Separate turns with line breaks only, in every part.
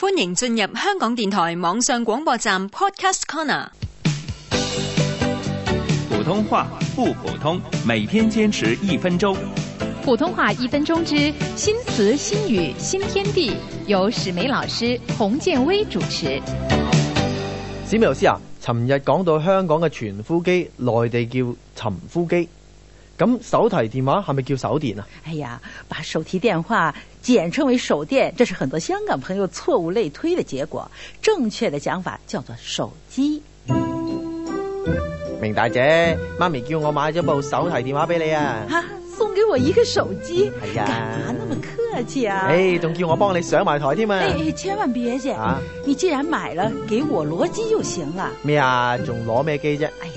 歡迎進入香港電台網上廣播站 Podcast Corner。
普通話不普通，每天堅持一分鐘。
普通話一分鐘之新詞新語新天地，由史梅老師洪建威主持。
史美老師啊，尋日講到香港嘅傳呼機，內地叫尋呼機。咁手提電話係咪叫手電啊？
哎呀，把手提電話簡稱為手電，這是很多香港朋友錯誤類推的結果。正確的講法叫做手機。
明大姐，媽咪叫我買咗部手提電話俾你啊！
啊，送給我一個手機，
哎
幹
呀
嘛那麼客氣啊？
誒，仲叫我幫你上埋台添啊！
哎，千萬別介，
啊
你既然買了，給我羅機就行了。
咩啊？仲攞咩機啫？
哎呀，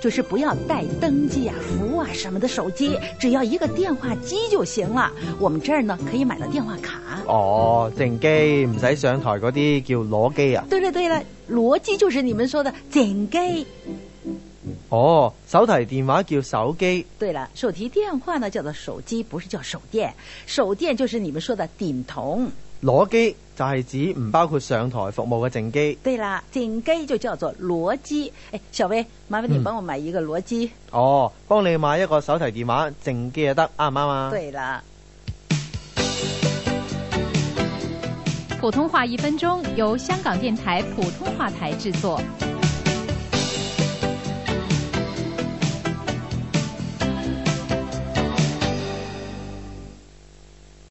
就是不要带登记啊、服务啊什麼的手機，只要一個電話機就行了。我們這兒呢可以買到電話卡。
哦，正機唔使上台嗰啲叫攞機啊！
對了對了，羅機就是你們說的整機。
哦，手提電話叫手機。
對了，手提電話呢叫做手機，不是叫手電。手電就是你們說的頂筒。
攞機就係指唔包括上台服務嘅正機。
對啦，整機就叫做羅機。哎，小薇，麻煩你幫我買一個羅機。
哦，幫你買一個手提電話正機就得，啱唔啱啊？
對了，
普通話一分鐘由香港電台普通話台製作。